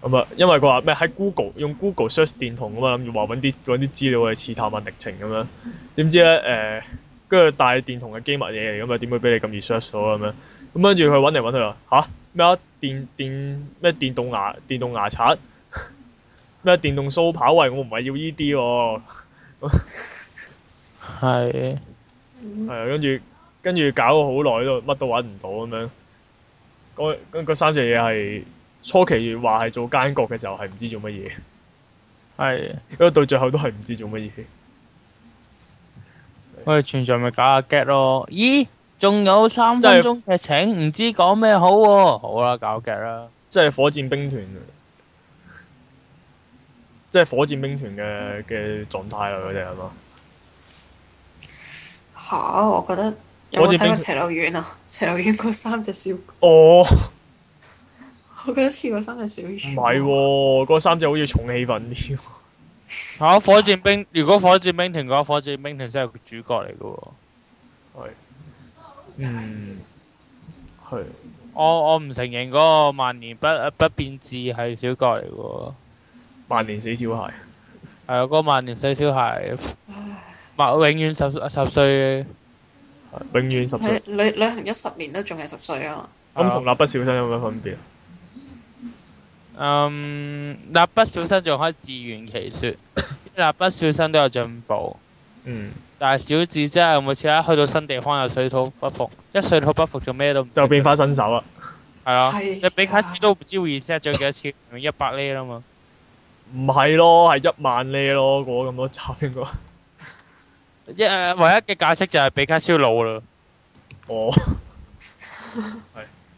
Speaker 1: 咁啊，因為佢話咩喺 Google 用 Google search 電筒咁啊嘛，諗住話揾啲揾啲資料去試探下敵情咁樣。點知咧誒，跟、住啊但係電筒嘅機密嘢嚟噶嘛，點會俾你咁易 search 到咁樣？咁跟住佢揾嚟揾去話吓咩啊？電電咩電動牙電動牙刷咩電動鬚刨，喂，我唔係要呢啲喎。
Speaker 2: 係
Speaker 1: 係啊，跟住跟住搞咗好耐都乜都揾唔到咁樣。嗰嗰嗰三隻嘢係初期話係做奸角嘅時候係唔知做乜嘢，
Speaker 2: 係。
Speaker 1: 因為到最後都係唔知做乜嘢。
Speaker 2: 我哋存在咪搞下 get 咯？咦，仲有三
Speaker 1: 真係
Speaker 2: 分鐘劇情，唔知講咩好喎、好啦，搞 get 啦。
Speaker 1: 即係火箭兵團啊，即係火箭兵團嘅嘅狀態啊啦，佢哋係嘛？
Speaker 3: 嚇！我覺得有冇
Speaker 1: 我知
Speaker 3: 睇過
Speaker 1: 冰
Speaker 3: 《斜流院》啊？ 《斜流院》嗰三隻小，
Speaker 1: 哦，
Speaker 3: 我覺得似過三隻小
Speaker 1: 唔
Speaker 3: 魚。
Speaker 1: 係喎，嗰三隻好似重氣氛啲喎。
Speaker 2: 嚇、火箭兵，如果火箭兵團嘅話，火箭兵團真係個主角嚟嘅喎。
Speaker 1: 嗯，係
Speaker 2: 我我唔承認嗰個萬年不不變智係小角嚟嘅喎。
Speaker 1: 萬年死小孩。
Speaker 2: 係啊，嗰、個萬年細小孩，默永遠十十歲。
Speaker 1: 永遠十歲，
Speaker 3: 旅旅旅行咗十年都仲係十歲啊嘛！
Speaker 1: 咁同蠟筆小新有咩分別？啊
Speaker 2: 嗯，蠟筆小新仲可以自圓其説，蠟筆小新都有進步。
Speaker 1: 嗯，
Speaker 2: 但係小智真係每次一去到新地方就水土不服，一水土不服做咩都唔
Speaker 1: 就變翻新手啦。
Speaker 2: 係啊！
Speaker 3: 係
Speaker 2: 你比卡超都唔知會 reset 咗幾多次，一百呢啦嘛。
Speaker 1: 唔係咯，係一萬呢咯，過咗咁多集應該。
Speaker 2: 一呃唯一嘅解釋就係比卡超老啦。
Speaker 1: 哦，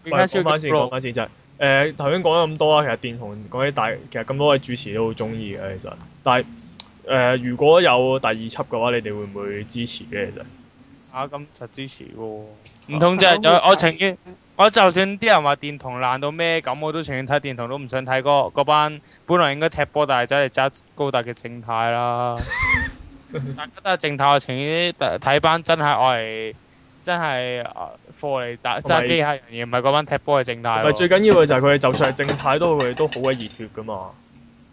Speaker 2: 比
Speaker 1: 喂
Speaker 2: 卡超
Speaker 1: 講翻先，講
Speaker 2: 老，
Speaker 1: 翻先就係誒頭先講咗咁多啦，其實電同講起大，其實咁多位主持都好中意嘅，其實。但係誒、呃如果有第二輯嘅話，你哋會唔會支持嘅？其實
Speaker 2: 啊咁實支持喎。唔通就
Speaker 3: 係
Speaker 2: 係
Speaker 3: 咯
Speaker 2: 就
Speaker 3: 會睇
Speaker 2: 我情願，我就算啲人話電筒爛到咩咁，我都情願睇電筒，都唔想睇嗰嗰班本來應該踢波但係走嚟揸高達嘅正太啦。大家都係正太，我情願啲睇班真係我嚟，真係呃貨嚟打
Speaker 1: 同埋
Speaker 2: 揸機械人，而唔係嗰班踢波嘅正太
Speaker 1: 但
Speaker 2: 喎。
Speaker 1: 係最緊要嘅就係佢哋就算係正太都，佢哋都好鬼熱血噶嘛。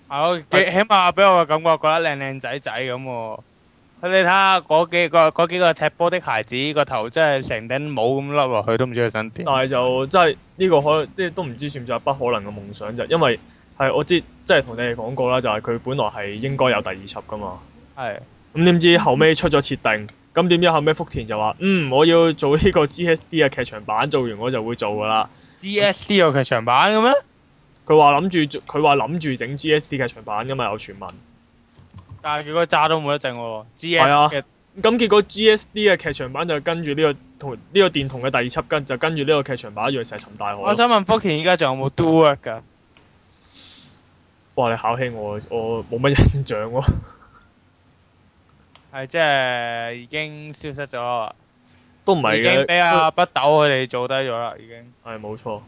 Speaker 2: 係我幾起碼俾我嘅感覺覺得靚靚仔仔咁喎。佢哋睇下嗰幾個嗰幾個踢波的孩子個頭真係成頂帽咁笠落去，都唔知佢想點。
Speaker 1: 但係就真係呢個可即係都唔知算唔算係不可能嘅夢想啫，因為係我知即係同你哋講過啦，就係、佢本來係應該有第二輯噶嘛。
Speaker 2: 係
Speaker 1: 咁點知後尾出咗設定，咁點知後尾福田就話：嗯，我要做呢個 GSD 嘅劇場版，做完我就會做㗎啦。
Speaker 2: GSD 有劇場版嘅咩？
Speaker 1: 佢話諗住，佢話諗住整 GSD 劇場版㗎嘛，有傳聞。
Speaker 2: 但係佢個渣都冇得整喎。
Speaker 1: 係啊
Speaker 2: GS 嘅
Speaker 1: 咁結果 GSD 嘅劇場版就跟住呢、個同呢、個電筒嘅第二輯跟就跟住呢個劇場版一樣石沉大海
Speaker 2: 我
Speaker 1: 咯。
Speaker 2: 想問福田依家仲有冇 do work 㗎？
Speaker 1: 哇！你考起我，我冇乜印象喎。
Speaker 2: 係即係已經消失咗啦，
Speaker 1: 都唔係
Speaker 2: 已經
Speaker 1: 嘅，
Speaker 2: 俾啊阿北斗佢哋做低咗啦，已經。
Speaker 1: 係冇錯。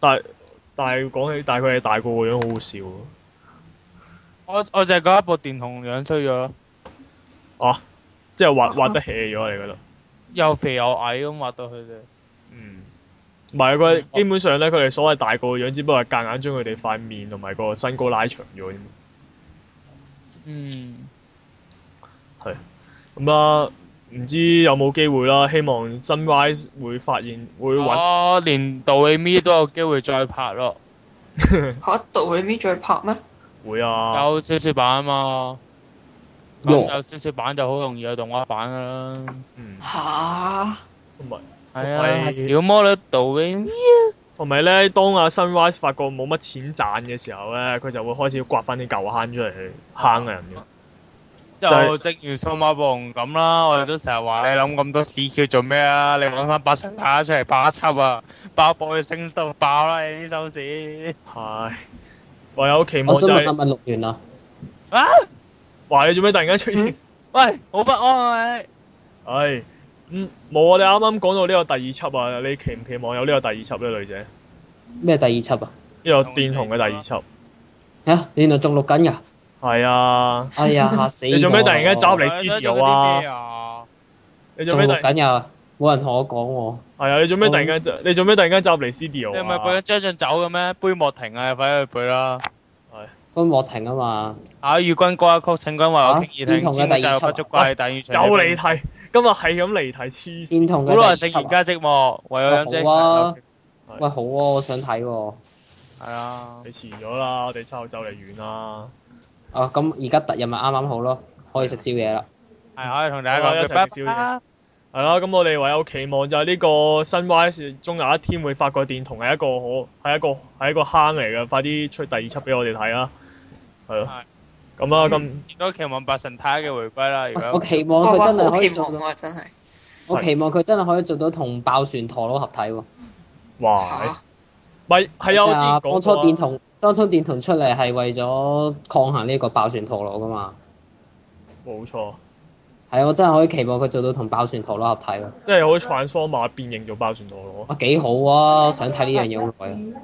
Speaker 1: 但係但係講起，但係佢哋大個個樣好好笑喎。
Speaker 2: 我我就係覺得部電筒樣衰咗咯，
Speaker 1: 即係
Speaker 2: 啊
Speaker 1: 畫畫得 hea 咗，你覺得？
Speaker 2: 又肥又矮咁畫到佢哋。
Speaker 1: 嗯，唔係
Speaker 2: 嗯
Speaker 1: 佢基本上咧，佢哋所謂大個嘅樣，只不過係夾硬將佢哋塊面同埋個身高拉長咗啫嘛。
Speaker 2: 嗯，
Speaker 1: 咁啊，唔知有冇機會啦？希望 Sunrise 會發現會揾
Speaker 2: 嗯我連杜里咪都有機會再拍咯，
Speaker 3: 嚇！杜裏面再拍咩？
Speaker 1: 會啊，
Speaker 2: 有小說版啊嘛。
Speaker 4: 喲
Speaker 2: 咁有小說版就好容易有動畫版噶啦。
Speaker 1: 嗯，
Speaker 3: 嚇！
Speaker 1: 同埋
Speaker 2: 係啊，
Speaker 1: 喂
Speaker 2: 係小魔女杜里咪
Speaker 1: 同埋咧，當阿 Sunrise 發覺冇乜錢賺嘅時候咧，佢就會開始刮翻啲舊坑出嚟坑人
Speaker 2: 啊
Speaker 1: 嘅。
Speaker 2: 就
Speaker 1: 係
Speaker 2: 正如數碼暴龍咁啦，我哋都成日話你諗咁多屎叫做咩啊？你揾翻八神打出嚟爆一輯啊，爆爆佢升到爆啦！你啲收視
Speaker 1: 係，唯有期
Speaker 5: 我
Speaker 1: 望就
Speaker 5: 想問
Speaker 1: 係、
Speaker 5: 下問錄完啦，
Speaker 2: 啊！
Speaker 1: 話你做咩突然間出現？
Speaker 2: 喂，好不安啊！
Speaker 1: 唉，嗯，冇啊！你啱啱講到呢個第二輯啊，你期唔期望有呢個第二輯咧，女仔？呢
Speaker 5: 咩第二輯啊？
Speaker 1: 個電筒嘅第
Speaker 2: 啊
Speaker 1: 二輯。
Speaker 5: 嚇，你原來仲錄 緊㗎？
Speaker 1: 係啊，
Speaker 5: 哎呀，嚇死
Speaker 1: 你做咩突然間走入嚟
Speaker 5: 嚟？
Speaker 1: 你 studio 啊
Speaker 2: 你啊！
Speaker 1: 你做
Speaker 5: 仲
Speaker 1: 咩突
Speaker 5: 錄
Speaker 1: 然？
Speaker 5: 緊呀？冇人同我講
Speaker 1: 係啊，你做咩突然間就？你做咩突然間走入嚟 studio
Speaker 2: 你唔係背
Speaker 1: 啊
Speaker 2: 緊？張進酒嘅咩？杯莫停啊！你快啲去背啦！
Speaker 5: 喎，君莫停啊嘛，
Speaker 2: 啊！與君歌一曲，請君為我
Speaker 5: 啊
Speaker 2: 傾耳聽，
Speaker 5: 邊同嘅
Speaker 2: 千古
Speaker 5: 第二
Speaker 2: 就
Speaker 5: 輯
Speaker 2: 不
Speaker 5: 啊
Speaker 2: 足貴，但願長
Speaker 1: 有
Speaker 2: 久
Speaker 1: 離題，今日係咁離題，黐線。
Speaker 5: 電筒嘅
Speaker 2: 古來
Speaker 5: 第
Speaker 2: 聖
Speaker 5: 二輯
Speaker 2: 賢
Speaker 5: 啊
Speaker 2: 皆寂寞，唯有飲
Speaker 5: 好啊
Speaker 2: 姐。
Speaker 1: 係
Speaker 5: 喂，好喎，我想睇喎。
Speaker 2: 係啊，
Speaker 1: 你遲咗啦，我哋之後就嚟完啦。
Speaker 5: 啊，咁而家突日咪啱啱好咯，可以食宵夜啦。
Speaker 2: 係可以同大家
Speaker 1: 好啊
Speaker 2: 講
Speaker 1: 一齊
Speaker 2: 句拜
Speaker 1: 食宵夜
Speaker 2: 拜。
Speaker 1: 係啦，咁我哋唯有期望就係呢個 Sunrise 終有一天會發覺電筒係一個可係一個係一個坑嚟嘅，快啲出第二輯俾我哋睇啦。係咯。咁啦，咁
Speaker 2: 亦都期望白神太嘅回歸啦。如
Speaker 5: 喂我
Speaker 2: 果
Speaker 5: 期望
Speaker 1: 哦
Speaker 3: 我
Speaker 5: 哦佢
Speaker 3: 哇
Speaker 5: 真係
Speaker 3: 好
Speaker 5: 可
Speaker 3: 期
Speaker 5: 以做
Speaker 3: 望
Speaker 5: 到，
Speaker 3: 啊！真係
Speaker 5: 我期望佢真係可以做到同爆旋陀螺合體喎。
Speaker 1: 哇，
Speaker 3: 嚇，
Speaker 1: 咪係啊，我之前
Speaker 5: 啊
Speaker 1: 講
Speaker 5: 當初
Speaker 1: 過
Speaker 5: 電
Speaker 1: 啊
Speaker 5: 筒，當初電筒出嚟係為咗抗衡呢個爆旋陀螺噶嘛。
Speaker 1: 冇錯，
Speaker 5: 係啊，我真係可以期望佢做到同爆旋陀螺合體咯。
Speaker 1: 即係好似 Transformer 變形做爆旋陀螺。
Speaker 5: 哇，幾好啊！我想睇呢樣嘢好耐啊。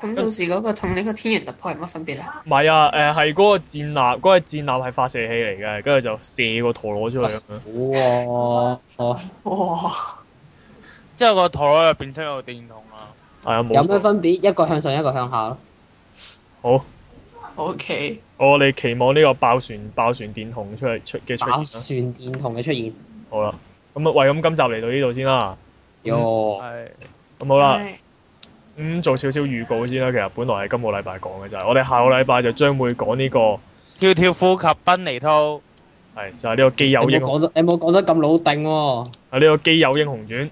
Speaker 3: 咁到時嗰個同呢個天元突破係乜分別咧？
Speaker 1: 唔係啊，誒係嗰個戰艦，嗰、個戰艦係發射器嚟嘅，跟住就射個陀螺出去咁樣。
Speaker 5: 好喎，哦
Speaker 3: 哇！
Speaker 2: 之後個陀螺入邊出有電筒啊，
Speaker 1: 係啊，冇
Speaker 5: 有咩
Speaker 1: 錯。
Speaker 5: 分別？一個向上，一個向下咯。
Speaker 1: 好，
Speaker 3: O K，
Speaker 1: 我哋期望呢個爆旋爆旋電筒出嚟出嘅出現
Speaker 5: 爆
Speaker 1: 啦。
Speaker 5: 旋電筒嘅出現，
Speaker 1: 好啦，咁啊喂，咁今集嚟到呢度先啦。啊
Speaker 5: 喲，
Speaker 2: 係
Speaker 1: 咁好啦，咁、做少少預告先啦。其實本來係今個禮拜講嘅就係，我哋下個禮拜就將會講呢、個
Speaker 2: 跳跳虎及賓尼兔。
Speaker 1: 係就係、呢個基友
Speaker 5: 你
Speaker 1: 英
Speaker 5: 冇
Speaker 1: 雄
Speaker 5: 講得，你冇講得咁老定喎，
Speaker 1: 係呢個基友英雄傳。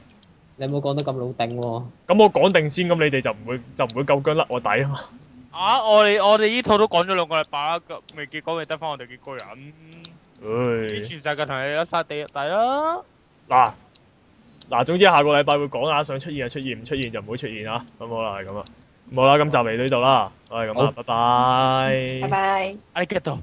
Speaker 5: 你冇講得咁老定喎。
Speaker 1: 咁我講定先，咁你哋就唔會就唔會夠姜甩我底啊嘛。
Speaker 2: 啊！我哋我哋呢套都講咗兩個禮拜啦，咁未結果咪得翻我哋幾個人。全
Speaker 1: 唉
Speaker 2: 世界同你一殺地入底啦！
Speaker 1: 嗱嗱，總之下個禮拜會講啦，想出現就出現，唔出現就唔好出現啊。咁好啦，係咁啊，咁好啦，今集嚟到呢度啦，我係咁啦，
Speaker 5: 好
Speaker 1: 拜拜
Speaker 3: 拜。拜。
Speaker 2: I get 到。